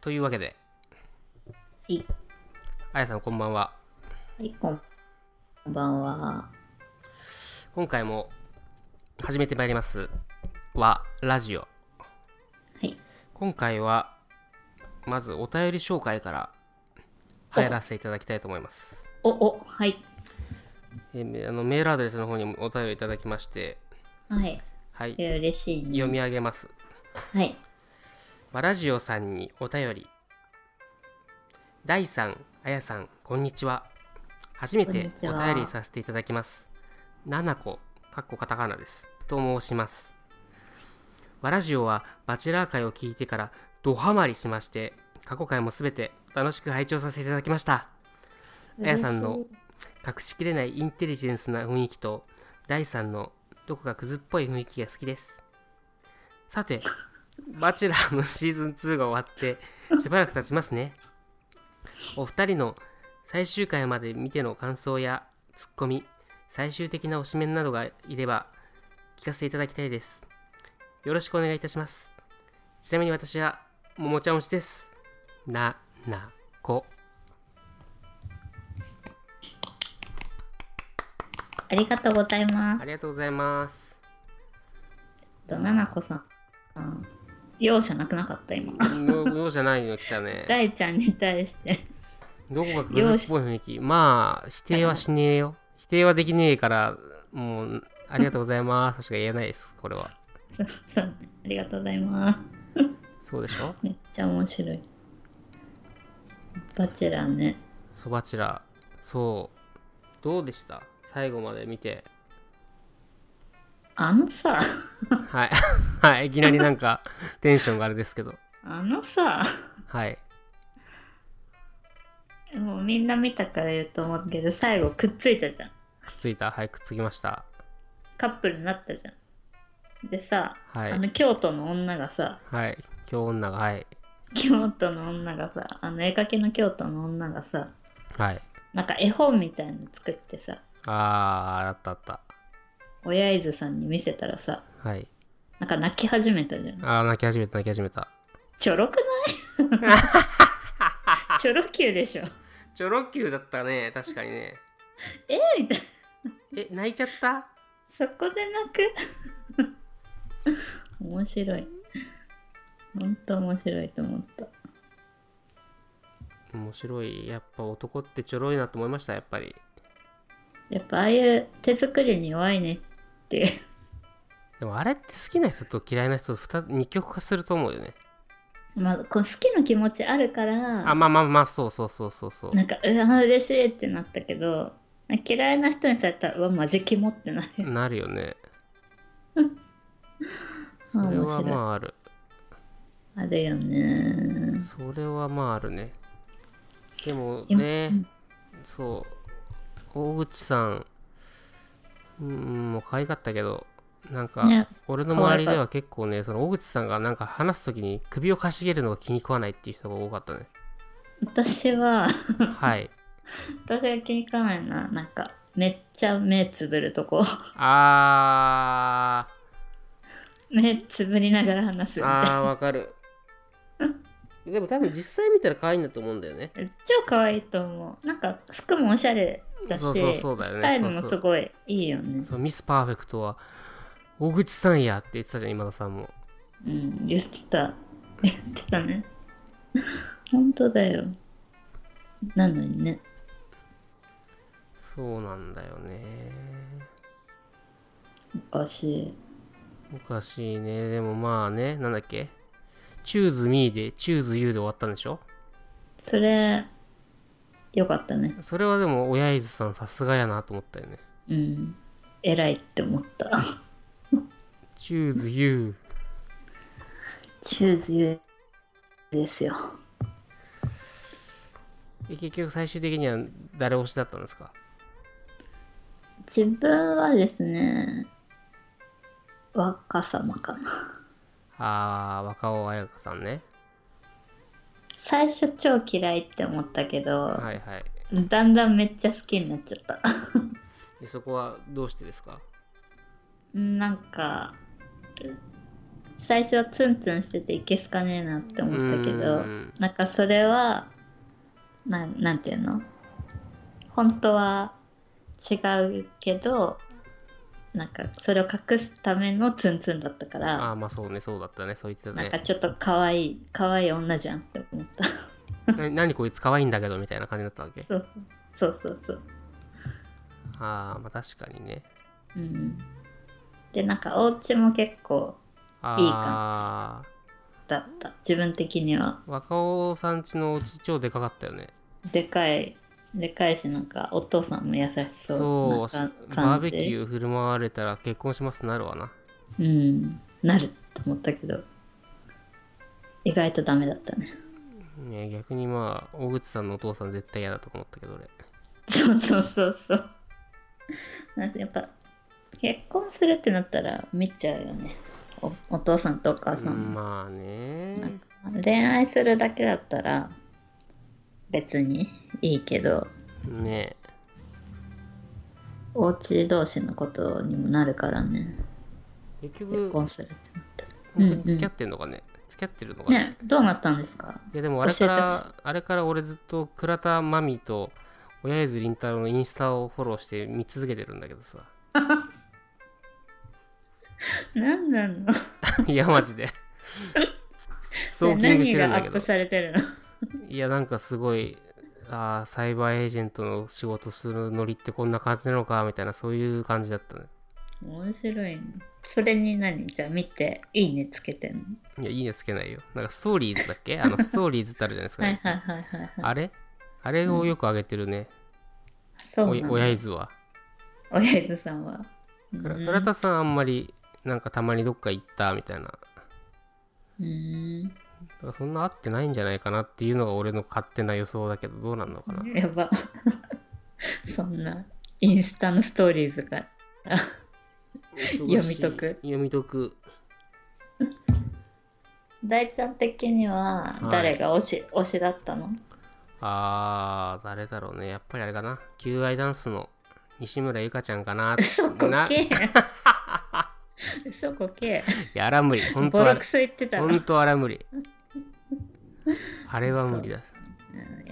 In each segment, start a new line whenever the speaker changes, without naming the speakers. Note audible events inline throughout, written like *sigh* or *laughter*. というわけで、
はい。
あやさんこんばんは。
はい、こんこんばんは。
今回も始めてまいります。は、ラジオ。
はい。
今回は、まずお便り紹介から入らせていただきたいと思います。
お、お、はい。
えーあのメールアドレスの方にもお便りいただきまして、
はい。
はい
い、や嬉しい、ね。
読み上げます。
はい。
わラジオさんにお便り。第3、あやさん、こんにちは。初め
こん
て
にち
お
は
便りさせていただきます。ななこ、かっこカタカナです。と申します。わラジオはバチェラー会を聞いてからドハマりしまして、過去回もすべて楽しく拝聴させていただきました。あやさんの隠しきれないインテリジェンスな雰囲気と第3のどこかクズっぽい雰囲気が好きですさて「バチェラー」のシーズン2が終わってしばらく経ちますねお二人の最終回まで見ての感想やツッコミ最終的な推しメンなどがいれば聞かせていただきたいですよろしくお願いいたしますちなみに私はももちゃん推しですななこ
ありがとうございま
あ
す。
りがとうございます
と、ななこさん。あ容赦なくなかった、今。
よようじゃないの来たね。
大ちゃんに対して。 *laughs*
どこかグズっぽい雰囲気。まあ、否定はしねえよ。否定はできねえから、もう、ありがとうございます。しか言えないです、これは。
そうねありがとうございます。
そうでしょ
めっちゃ面白い。バチェラーね。
そばちら。そう。どうでした最後まで見て。
あのさ、
はい。 *laughs* はい。いきなりなんか、テンションがあれですけど。
あのさ、
はい。
もうみんな見たから言うと思うけど、最後くっついたじゃん。
くっついた。はい。くっつきました。
カップルになったじゃん。でさ、
は
あの
い。
京都の女がさ、
はい。今日女が、はい。
京都の女がさあの絵描きの京都の女がさ
はい。
なんか絵本みたいの作ってさ
あー、あったあった。
親伊豆さんに見せたらさ
はい。
なんか泣き始めたじゃん
あー、泣き始めた、泣き始めた。
ちょろく
*laughs*
ないちょろ級でしょ *laughs*
ちょろきゅうだったね。確かにね。
えみたい
え、泣いちゃった
なそこで泣く *laughs* 面白いほんと面白いと思った
面白い。やっぱ男ってちょろいなと思いました、やっぱり。
やっぱああいう手作りに弱いねっていう
でもあれって好きな人と嫌いな人と 2, 二極化すると思うよね。
まあこう好きな気持ちあるから
あ、まあまあまあ、そうそうそうそうそう。
なんかうわ嬉しいってなったけど嫌いな人にされたらうわマジキモってなる
なるよ
*laughs*
ね。そ
あ
れ
面白
はいまあある。
あるよね
それはまああるね。でも
今
ね、そう、大口さん、うん、もう可愛かったけど、なんか、
ね
俺の周りでは結構ね、その大口さんがなんか話すときに首をかしげるのが気に食わないっていう人が多かった *laughs* ね。
私は *laughs*
はい。
私が気に食わないななんかめっちゃ目つぶるとこ *laughs*
あ
目つぶりながら話す
ー
みた
*laughs*
い
あーわかるでも多分実際見たら可愛いんだと思うんだよね
な超可愛いと思うなんか服もおしゃれだし
そうそうそうだよね
スタイル
そうそ
も
う
すごいいいよね
そうミス・パーフェクトは大口さんやって言ってたじゃん今田さんも
うん言ってた *laughs* 言ってたね *laughs* 本当だよなのにね
そうなんだよね
おかしい
おかしいねでもまあねなんだっけチューズ・ミーでチューズ・ユーで終わったんでしょ
それよかったね
それはでも親伊豆さんさすがやなと思ったよね
うん偉いって思った
チューズ・ユー
チューズユーですよ
え結局最終的には誰推しだったんですか
自分はですね若さまかな
あー若尾彩香さんね
最初超嫌いって思ったけど、
はいはい
だんだんめっちゃ好きになっちゃった
でそこはどうしてですか
なんか最初はツンツンしてていけすかねえなって思ったけ
う
ど
ん
なんかそれはなんなんていうの本当は違うけどなんかそれを隠すためのツンツンだったか
あ
ら
あまあそうねそうだったねそう言ってた
なんか
ね
ちょっと可愛い可愛い女じゃんって思った *laughs*
な何こいつ可愛いんだけどみたいな感じだったわけ
そうそうそうそう
ああまあ確かにね
うんでなんかお家も結構いい
あ
感だった自分的に
あ
は
若尾さんちのお家超でかかったよね
でかいでかいしなんかお父さんも優しそう
そう
な
バ
感
ーベ
じ
キュー振る舞われたら結婚しますってなるわな
うんなると思ったけど意外とダメだったね *laughs*
ね逆にまあ大口さんのお父さん絶対嫌だとか思ったけど俺
そうそうそうそうなんかやっぱ結婚するってなったら見ちゃうよねおお父さんとお母さんも、
まあね
恋愛するだけだったら別にいいけど
ね
お家同士のことにもなるからね
結
結
局本
婚するってなったら
当に付き合ってんのかね、付き合ってるのかね
ねどうなったんですか
いやでもあれか
教
らあれから俺ずっと倉田真美と親譲りんたろのインスタをフォローして見続けてるんだけど
*laughs*
さ
何なの
いやマジ
*laughs*
でストーキングして
何
る
が
ん
ア
だけ
ッ
ど
プされてるの
いやなんかすごいあーサイバーエージェントの仕事するノリってこんな感じなのかみたいなそういう感じだったね
面白いねそれに何じゃあ見ていいねつけてんの
いやいいねつけないよなんかストーリーズだっけあのストーリーズってあるじゃないですか、
はいはいはいはいはい
あれあれをよく上げてるね、
そう
お
なんだ
親伊豆は
親伊豆さんは
倉
うん
倉田さんあんまりなんかたまにどっか行ったみたいな
うん
だからそんな合ってないんじゃないかなっていうのが俺の勝手な予想だけどどうなんのかな、
やば *laughs* そんなインスタのストーリーズがみ
忙しい
解く
読み解く
大ちゃん的には誰が推し,、推しだったの
あー誰だろうねやっぱりあれかな求愛ダンスの西村ゆかちゃんか
*laughs*
な
嘘こ
な
け嘘こけ
いやあら無理本当
ボ
はあれ
ロクソ言ってたの、うん、い
本当あら無
*laughs*
理あれは無理だ
や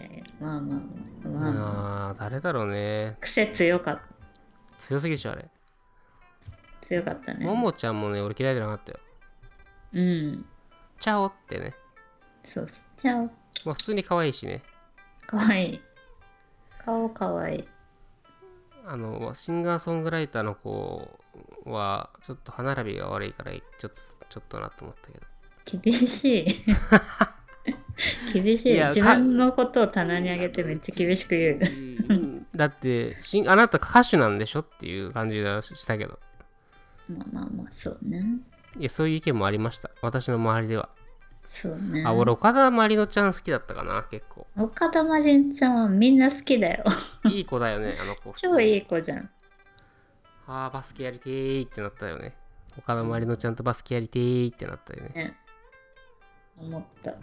いやまあまあまあ、まあまあ、
あー誰だろうね
癖強かっ
強すぎでしょあれ
強かったね
ももちゃんもね俺嫌いじゃなかったよ
うん
チャオってね
そうそうちゃう
まあ普通に可愛いしね
かわいい顔かわいい
あのシンガーソングライターの子はちょっと歯並びが悪いからちょっとちょっとなと思ったけど
厳しい厳しい
いや
自分のことを棚に上げてめっちゃ厳しく言う
だってシンあなた歌手なんでしょっていう感じがしたけど
まあまあまあそうね
いやそういう意見もありました私の周りでは、
そうね
あ俺岡田まりのちゃん好きだったかな結構
岡田真凛ちゃんはみんな好きだよ
いい子だよねあの子
超い
い
い子じゃん
あーバスケやりてーってなったよね岡田まりのちゃんとバスケやりてーってなったよね
ね思った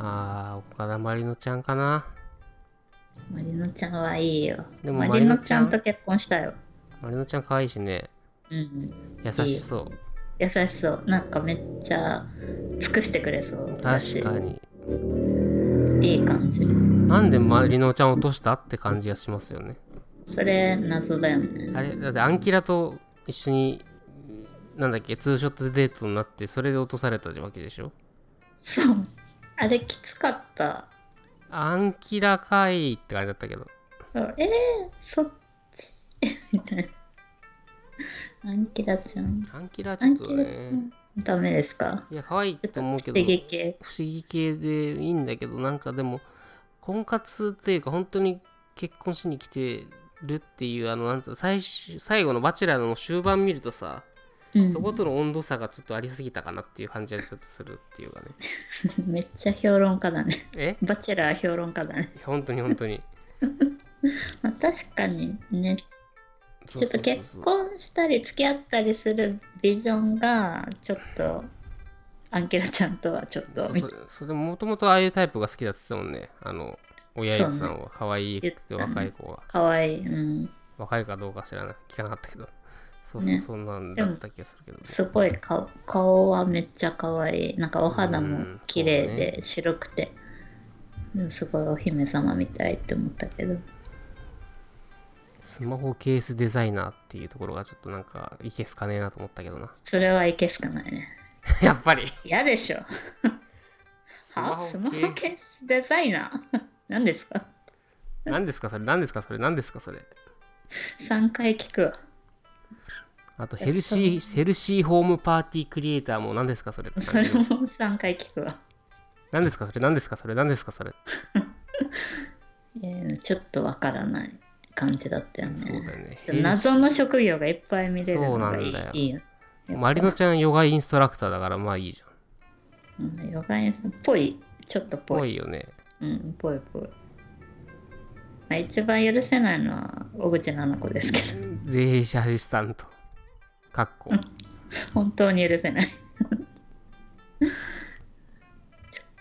あー岡田まりのちゃんかな
まりのちゃんはいいよ
で
ま
も
りのちゃん
まりのちゃ
と結婚したよ
まりのちゃん可愛いしね
うん
優しそう
優しそうなんかめっちゃ尽くしてくれそうだし
確かに
いい感じ
なんでまりのちゃん落としたって感じがしますよね
それ謎だよね
あれだってアンキラと一緒になんだっけツーショットでデートになってそれで落とされたわけでしょ
そうあれきつかった
アンキラかいって感じだったけど
そうえー、そっち *laughs* みたいなアンキラちゃん
アンキラ
ア
ちょっ
ン
と
キラちゃ
ね
んダメですか
いや可愛い
ちょっ
と
と不
思う
思
けど
議系
不思議系でいいんだけどなんかでも婚活っていうか本当に結婚しに来てるっていうあのなんつうの最終最後の「バチェラー」の終盤見るとさ、
うん
そことの温度差がちょっとありすぎたかなっていう感じはちょっとするっていうかね
*laughs* めっちゃ評論家だね
え
バチェラー評論家だね、
いや本当に本当
*laughs*
に
まあ、確かにね
そ
ち
う
ょっ
そうそうそ
と
う
結婚したり付き合ったりするビジョンがちょっとアンキラちゃんとはちょっ
そう
と
そうそれでもともとああいうタイプが好きだって言ってたもんねあの親父さんは可愛いくて
言ってたね
若い子は
かわいい、うん、
若いかどうか知らない聞かなかったけどそうそう、
ね
そんなんだった気がするけど。
すごい顔顔はめっちゃ可愛いなんかお肌
う
も
ん
綺麗
そうね
で白くて、うんすごいお姫様みたいって思ったけど
スマホケースデザイナーっていうところがちょっとなんかいけすかねえなと思ったけどな。 *laughs*
それはいけすかないね
やっぱり。
嫌でしょ
ス
はスマホケースデザイナー *laughs* 何ですか
何ですかそれ何ですかそれ何ですかそれ。
3回聞くわ
あとヘルシー、ヘルシーホームパーティークリエイターも何ですかそれって
そ
感
れ
じ
*laughs* も3回聞くわ、
何ですかそれ何ですかそれ何ですかそれ。
えーちょっとわからない感じだったよね
そうだよね。
でも謎の職業がいっぱい見れるのが
そ
いうい
なんだよ
いい
ヘ
よ
ルシーまりのちゃんヨガインストラクターだからまあいいじゃん。
うんヨガインさんっぽいちょっとぽい
ぽいよね。
うん、ぽいぽい。まあ、一番許せないのは小口七子ですけど、
税理士アシスタント。かっこ。
*laughs* 本当に許せない。 *laughs* ちょっ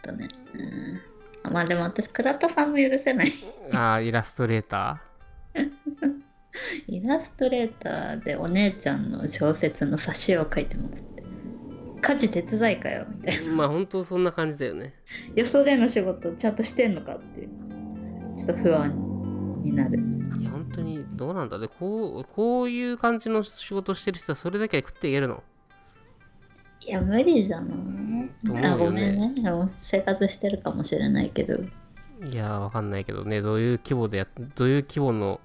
とね。うんあまあでも私、倉田さんも許せない。
ああ、イラストレータ
イラストレーターでお姉ちゃんの小説の挿絵を描いてますって。家事手伝いかよみたいな。 *laughs*
ーまあ本当そんな感じだよね。
予想での仕事ちゃんとしてんのかっていう。ちょっと不安になる。
いや本当にどうなんだでこうこういう感じの仕事してる人はそれだけで食っていけるの
いや、無理じゃない
と思うよね
あごめんね。もう生活してるかもしれないけど。
いやーわかんないけどねどういう規模でやっどういう規模の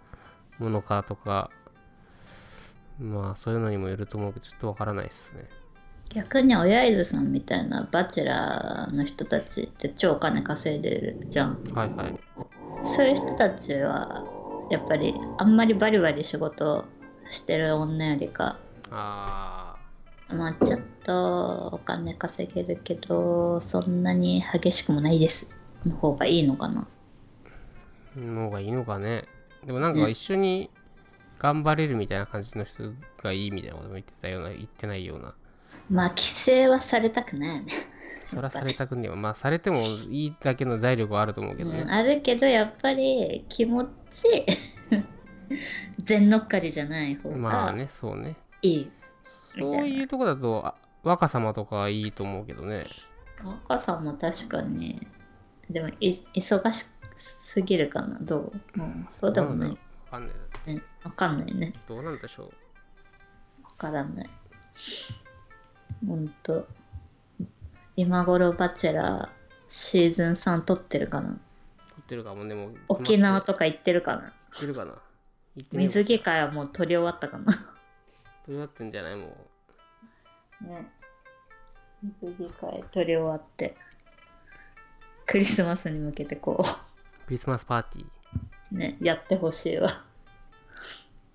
ものかとかまあそういうのにもよると思うけどちょっとわからないですね
逆に親伊豆さんみたいなバチェラーの人たちって超お金稼いでるじゃん。
はいはい
そういう人たちはやっぱりあんまりバリバリ仕事してる女よりか、
あ
まあちょっとお金稼げるけど、そんなに激しくもないです。の方がいいのかな。
ーの方がいいのかねでもなんか一緒に頑張れるみたいな感じの人がいいみたいなことも言ってたような言ってないような
まあ規制はされたくないよね。
そらされたくねえわまあされてもいいだけの財力はあると思うけど
うん
ね
あるけどやっぱり気持ち *laughs* 全乗っかりじゃない方
まあ
が
ねそうね
いい。
そういうとこだとあ若様とかはいいと思うけどね。
若さんも確かにでもい忙しすぎるかなどう、うん、そうでも
な
なんい
だわかんない。
ねわかんないね
どうなんでしょう。
わからないほんと今頃バチェラーシーズン3撮ってるかな
撮ってるかもね、もう。
沖縄
と。
とか行ってるかな
行ってるかな。行ってみよう
水着会はもう撮り終わったかな
撮り終わってんじゃないもう。
ね水着会撮り終わってクリスマスに向けてこ
クリスマスパーティー。
うねやってほしいわ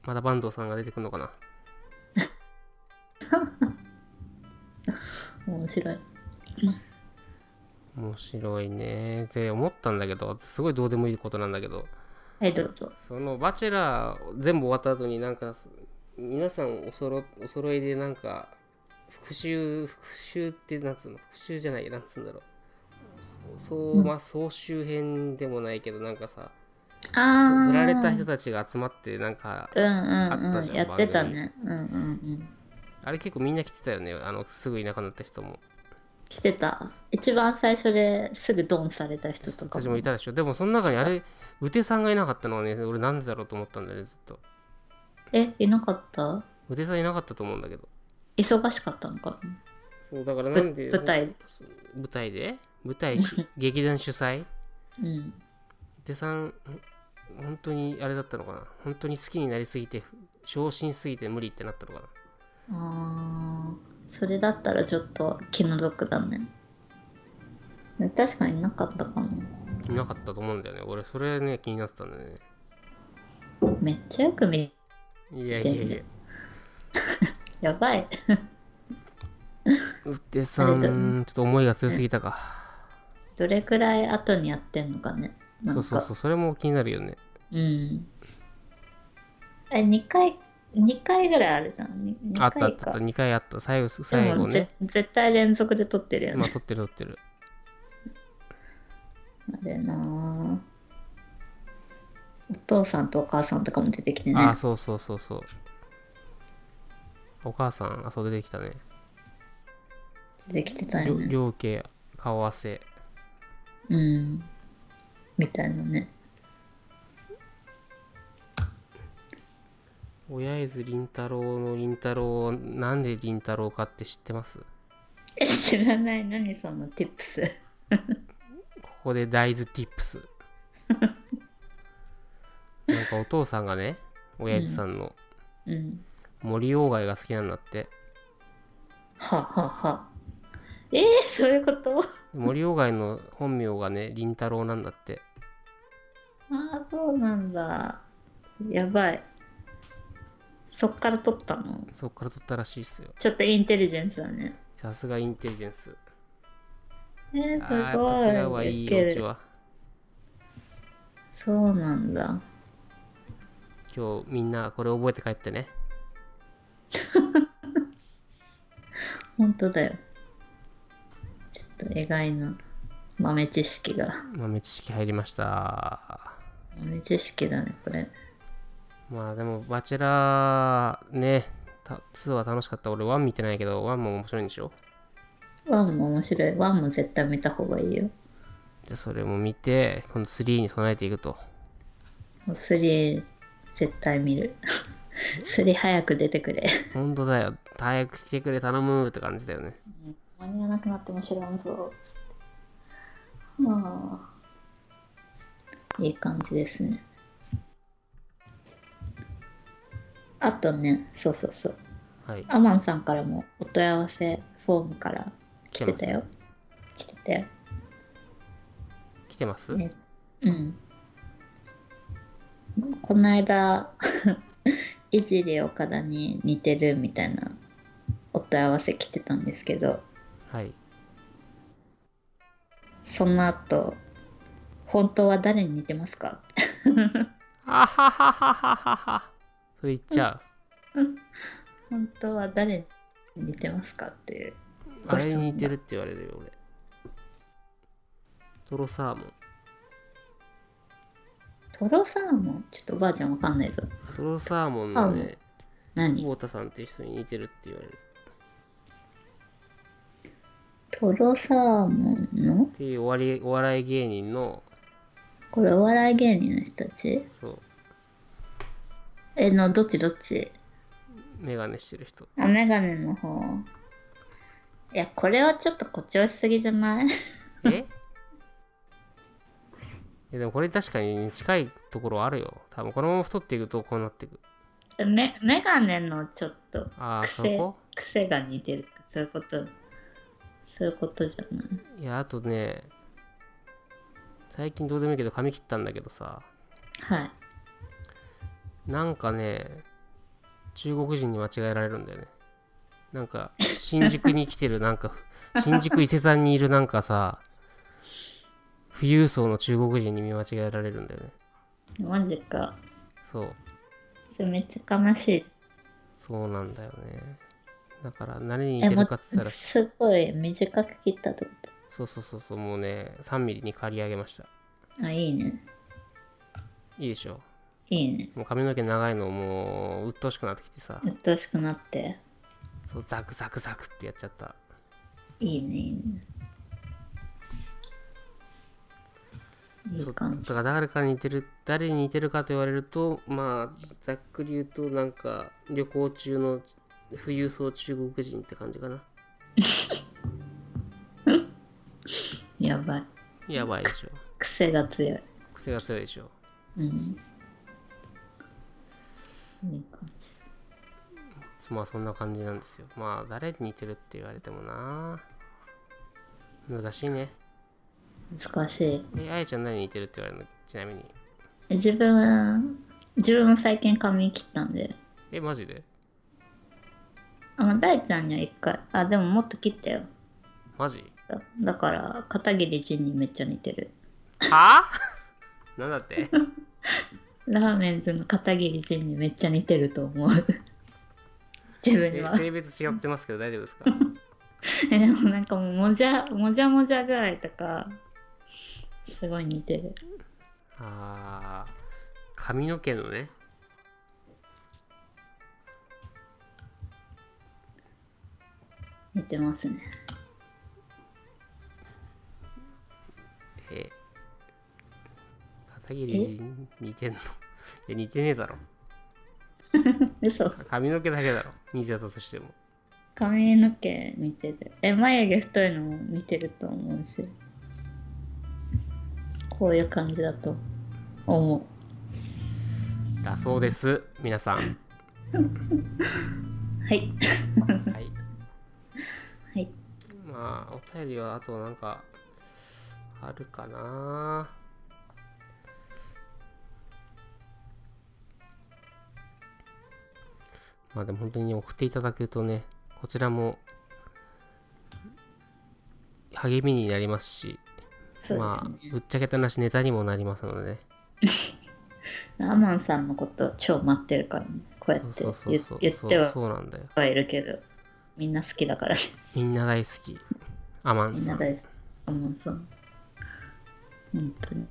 また坂東さんが出てくるのかな。
面白い
面白いねって思ったんだけど、すごいどうでもいいことなんだけど、
はいどうぞ
そのバチェラー全部終わった後になんか、皆さんおそろお揃いでなんか、復讐、復讐ってなんつうの復讐じゃない、なんつうんだろう。そうそう、まあ、総集編でもないけど、なんかさ、
ああ。
振られた人たちが集まってなんか
うんうん
あった
う
じゃ
ん。
ん
やってたね。うんうんうん。
あれ結構みんな来てたよねあのすぐいなくなった人も
来てた。一番最初ですぐドンされた人と
人
か
たち
も
もいたでしょでもその中にあれ宇手さんがいなかったのはね俺なんでだろうと思ったんだよねずっと
え、いなかった
宇手さんいなかったと思うんだけど
忙しかったのかな
そうだからなんで
ぶ舞台
舞台で舞
*laughs*
台し劇団主催宇
うん。
手さんん本当にあれだったのかな本当に好きになりすぎて昇進すぎて無理ってなったのかな
ああ。それだったらちょっと気の毒だね。確かになかったかな。
いなかったと思うんだよね俺それね気になってたんだよね
めっちゃよく見
いやいやいや
やばい。 *laughs*
宇手さんちょっと思いが強すぎたか
どれくらい後にやってんのかね。なん
そ
か
うそうそう、それも気になるよね。
うん。え、2回、二回ぐらいあるじゃん。に二
あったあ
回
っ
か
た、2回あった、最後、
で
最後
もぜ
ね。
絶対連続で撮ってるよ
まあ、
ね。
撮ってる撮ってる。
あれなぁお父さんとお母さんとかも出てきてね
あ。そうそうそうそう。お母さん、あ、そう出てきたね。
出てきてた
りょ
よね。
両家、顔合わせ。
うん。みたいなね。 *laughs*
親伊豆凛太郎の凛太郎、なんで凛太郎かって知ってます
え知らない。何その tips。
ここで大豆ティップ
*laughs*
ス。なんかお父さんがね、親父さんの
うん。
森鴎外が好きなんだって。
はあはあはあ。えー、そういうこと
森鴎外の本名がね、凛太郎なんだって。
ああ、そうなんだ。やばい。そっから取ったの
そっから取ったらしいっすよ。
ちょっとインテリジェンスだね。
さすがインテリジェンス。
えー、
あ
すごい。
ーやっぱ違うわ、いい
け
お
る
ちは。
そうなんだ。
今日みんなこれ覚えて帰ってね。
本当だよ。ちょっと意外な豆知識が。
豆知識入りました。
豆知識だね、これ。
まあでも、バチェラーね、た2は楽しかった。俺1見てないけど、1も面白いんでしょ
ワンも面白い。ワンも絶対見た方がいいよ。
でそれも見て、今度3に備えていくと。
もう3絶対
*laughs*
見る。3早く出てくれ。
ほんとだよ。早く来てくれ、頼むって感じだよね。
間に合わなくなっても知らんぞ。まあ、いい感じですね。あとね、そうそうそう。
はい。
アマンさんからもお問い合わせフォームから
来てま
来て
す
たよ。来てたよ。
来てます
ねうん。この間、 *laughs* いじり岡田に似てるみたいなお問い合わせ来てたんですけど、
はい。
その後、本当は誰に似てますか
あはははははは。それ言っちゃ
本当は誰に似てますかっていう。
う。あれに似てるって言われるよ、俺。トロサーモン。
トロサーモンちょっとおばあちゃんわかんないぞ。
トロサーモンのね、
何
久保田さんっていう人に似てるって言われる。
トロサーモンの
っていうおわりお笑い芸人の、
これお笑い芸人の人たち
そう、
え、の、どっちどっち
メガネしてる人。
あ、メガネの方。いや、これはちょっと誇張しすぎじゃない *laughs*
え *laughs* いやでもこれ確かに近いところあるよ。多分このまま太っていくとこうなっていく。
メメガネのちょっと
ああ、そ
癖
こ
癖が似てる。そういうこと。そういうことじゃない。
いや、あとね、最近どうでもいいけど髪切ったんだけどさ、
はい。
なんかね、中国人に間違えられるんだよね。なんか、新宿に来てる、なん *laughs* か、新宿伊勢丹にいるなんかさ、富裕層の中国人に見間違えられるんだよね。
マジか。
そう。
それめっちゃ悲しい。
そうなんだよね。だから、何に
え、
似て
も
るかって言った
う
ら、
すごい短く切ったってこ
そうそうそうそう、もうね、3ミリに刈り上げました。
と。あ、いいね。
いいでしょ。
いいね。
もう髪の毛長いの、もう、鬱陶しくなってきてさ、
鬱陶しくなって。
そう、ザクザクザクってやっちゃった。
いいね、いいね。
そ
い
う
い
だ
感じ。
から誰かに似てる誰に似てるかと言われるとまあざっくり言うとなんか旅行中の富裕層中国人って感じかな
やばい。
やばいでしょ
癖が強い。
癖が強いでしょ
うん。いい感
まあそんな感じなんですよまあ誰に似てるって言われてもな難しいね
じ難しい。
えあやちゃん何に似てるって言われるのちなみに
自分、自分も最近髪切ったんで。
えマジで
あ、まあ大ちゃんには一回。あ、でももっと切ったよ。
マジ
だだから、片桐仁にめっちゃ似てる。
は *laughs* あなんだって
ラーメンズの片桐仁にめっちゃ似てると思う。自分
え
は。
性別違ってますけど大丈夫 *laughs* ですか
*laughs* えでもなんかもうもじゃもじゃもじゃ具合とかすごい似てる
あー髪の毛のね
ってますね。
え片桐似てんのいや似てねえだろ
嘘
髪の毛だけだろ似てたとしても
髪の毛似てる。え、眉毛太いのも似てると思うし。こういう感じだと思う。
だそうです皆さん
はい。
はい
はい。
まあお便りはあとなんかあるかなまあでも本当に送っていただけるとねこちらも励みになりますし
そう
ま
で
あ
すね。
ぶっちゃけたなしネタにもなりますのでね
アマンさんのこと超待ってるからね。こうやって
そうそう
言
そう
言
そ
っ
う
て
そう
は
そうなんだよ
はいるけど、みんな好きだからね。
みんな大好きアマン
みん
さ
なん大好き。アマンさん。本当に。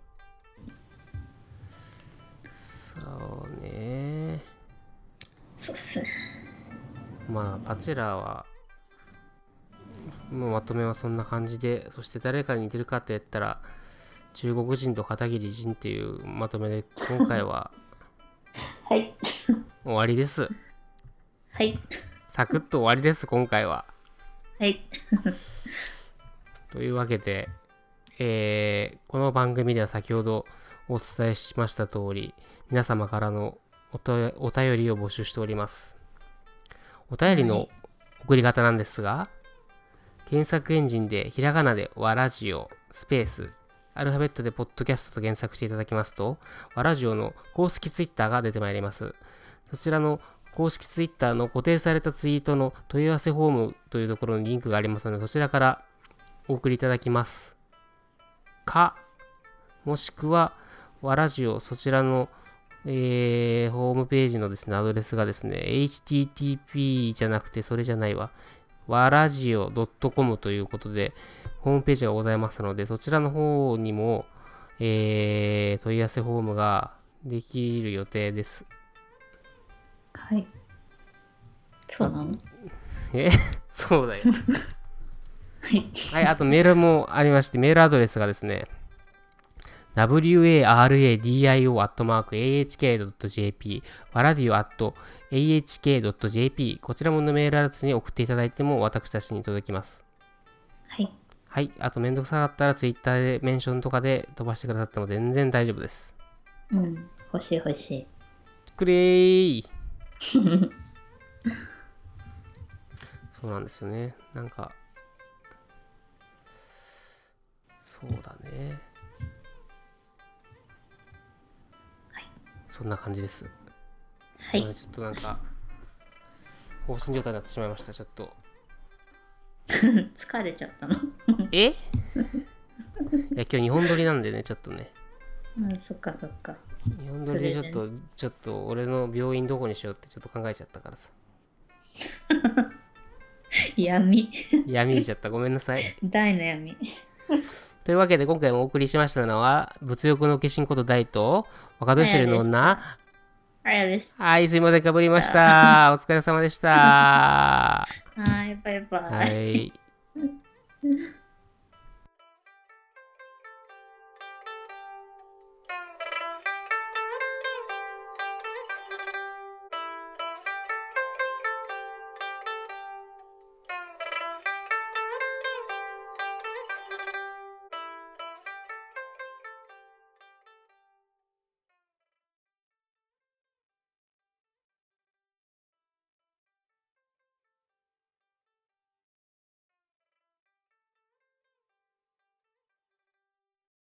そうね
そうっすね。
まあバチェラーはもうまとめはそんな感じでそして誰かに似てるかって言ったら中国人と片桐仁っていうまとめで今回は
はい。
終わりです
はい。
サクッと終わりです今回は
はい。
というわけで、えーこの番組では先ほどお伝えしました通り、皆様からのおとお便りを募集しております。お便り
は
の
い
送り方なんですが、検索エンジンでひらがなでわラジオスペース、アルファベットでポッドキャストと検索していただきますと、わラジオの公式ツイッターが出てまいります。そちらの公式ツイッターの固定されたツイートの問い合わせフォームというところにリンクがありますので、そちらからお送りいただきます。か、もしくは、わらじお、そちらの、えーホームページのですね、アドレスがですね、http じゃなくて、それじゃないわ。わらじお .com ということで、ホームページがございますので、そちらの方にも、えー問い合わせフォームができる予定です。
はい。そうなの
え *laughs* そうだよ。
はい。
はい、あとメールもありまして、メールアドレスがですね、waradio.ahk.jp、waradio.ahk.jp、こちらものメールアドレスに送っていただいても私たちに届きます。
はい。
はい、あとめんどくさかったら Twitter でメンションとかで飛ばしてくださっても全然大丈夫です。
うん。欲しい欲 *laughs* しい。
くれーいそうなんですよねなんかそうだねそんな感じです、
はい。
ちょっとなんか放心状態になってしまいましたちょっと
疲れちゃったの。 *laughs*
え *laughs* いや今日日本撮りなんでねちょっとね
うん、そっかそっか。
日本撮りでちょっ
そ
とちょっと俺の病院どこにしようってちょっと考えちゃったからさ
闇。
闇出ちゃったごめんなさい
大の闇。
というわけで今回もお送りしましたのは物欲の化身こと大と若年寄りの女
あやです。
はいすいませんかぶりましたお疲れ様でした
はい、バイバイ。
はい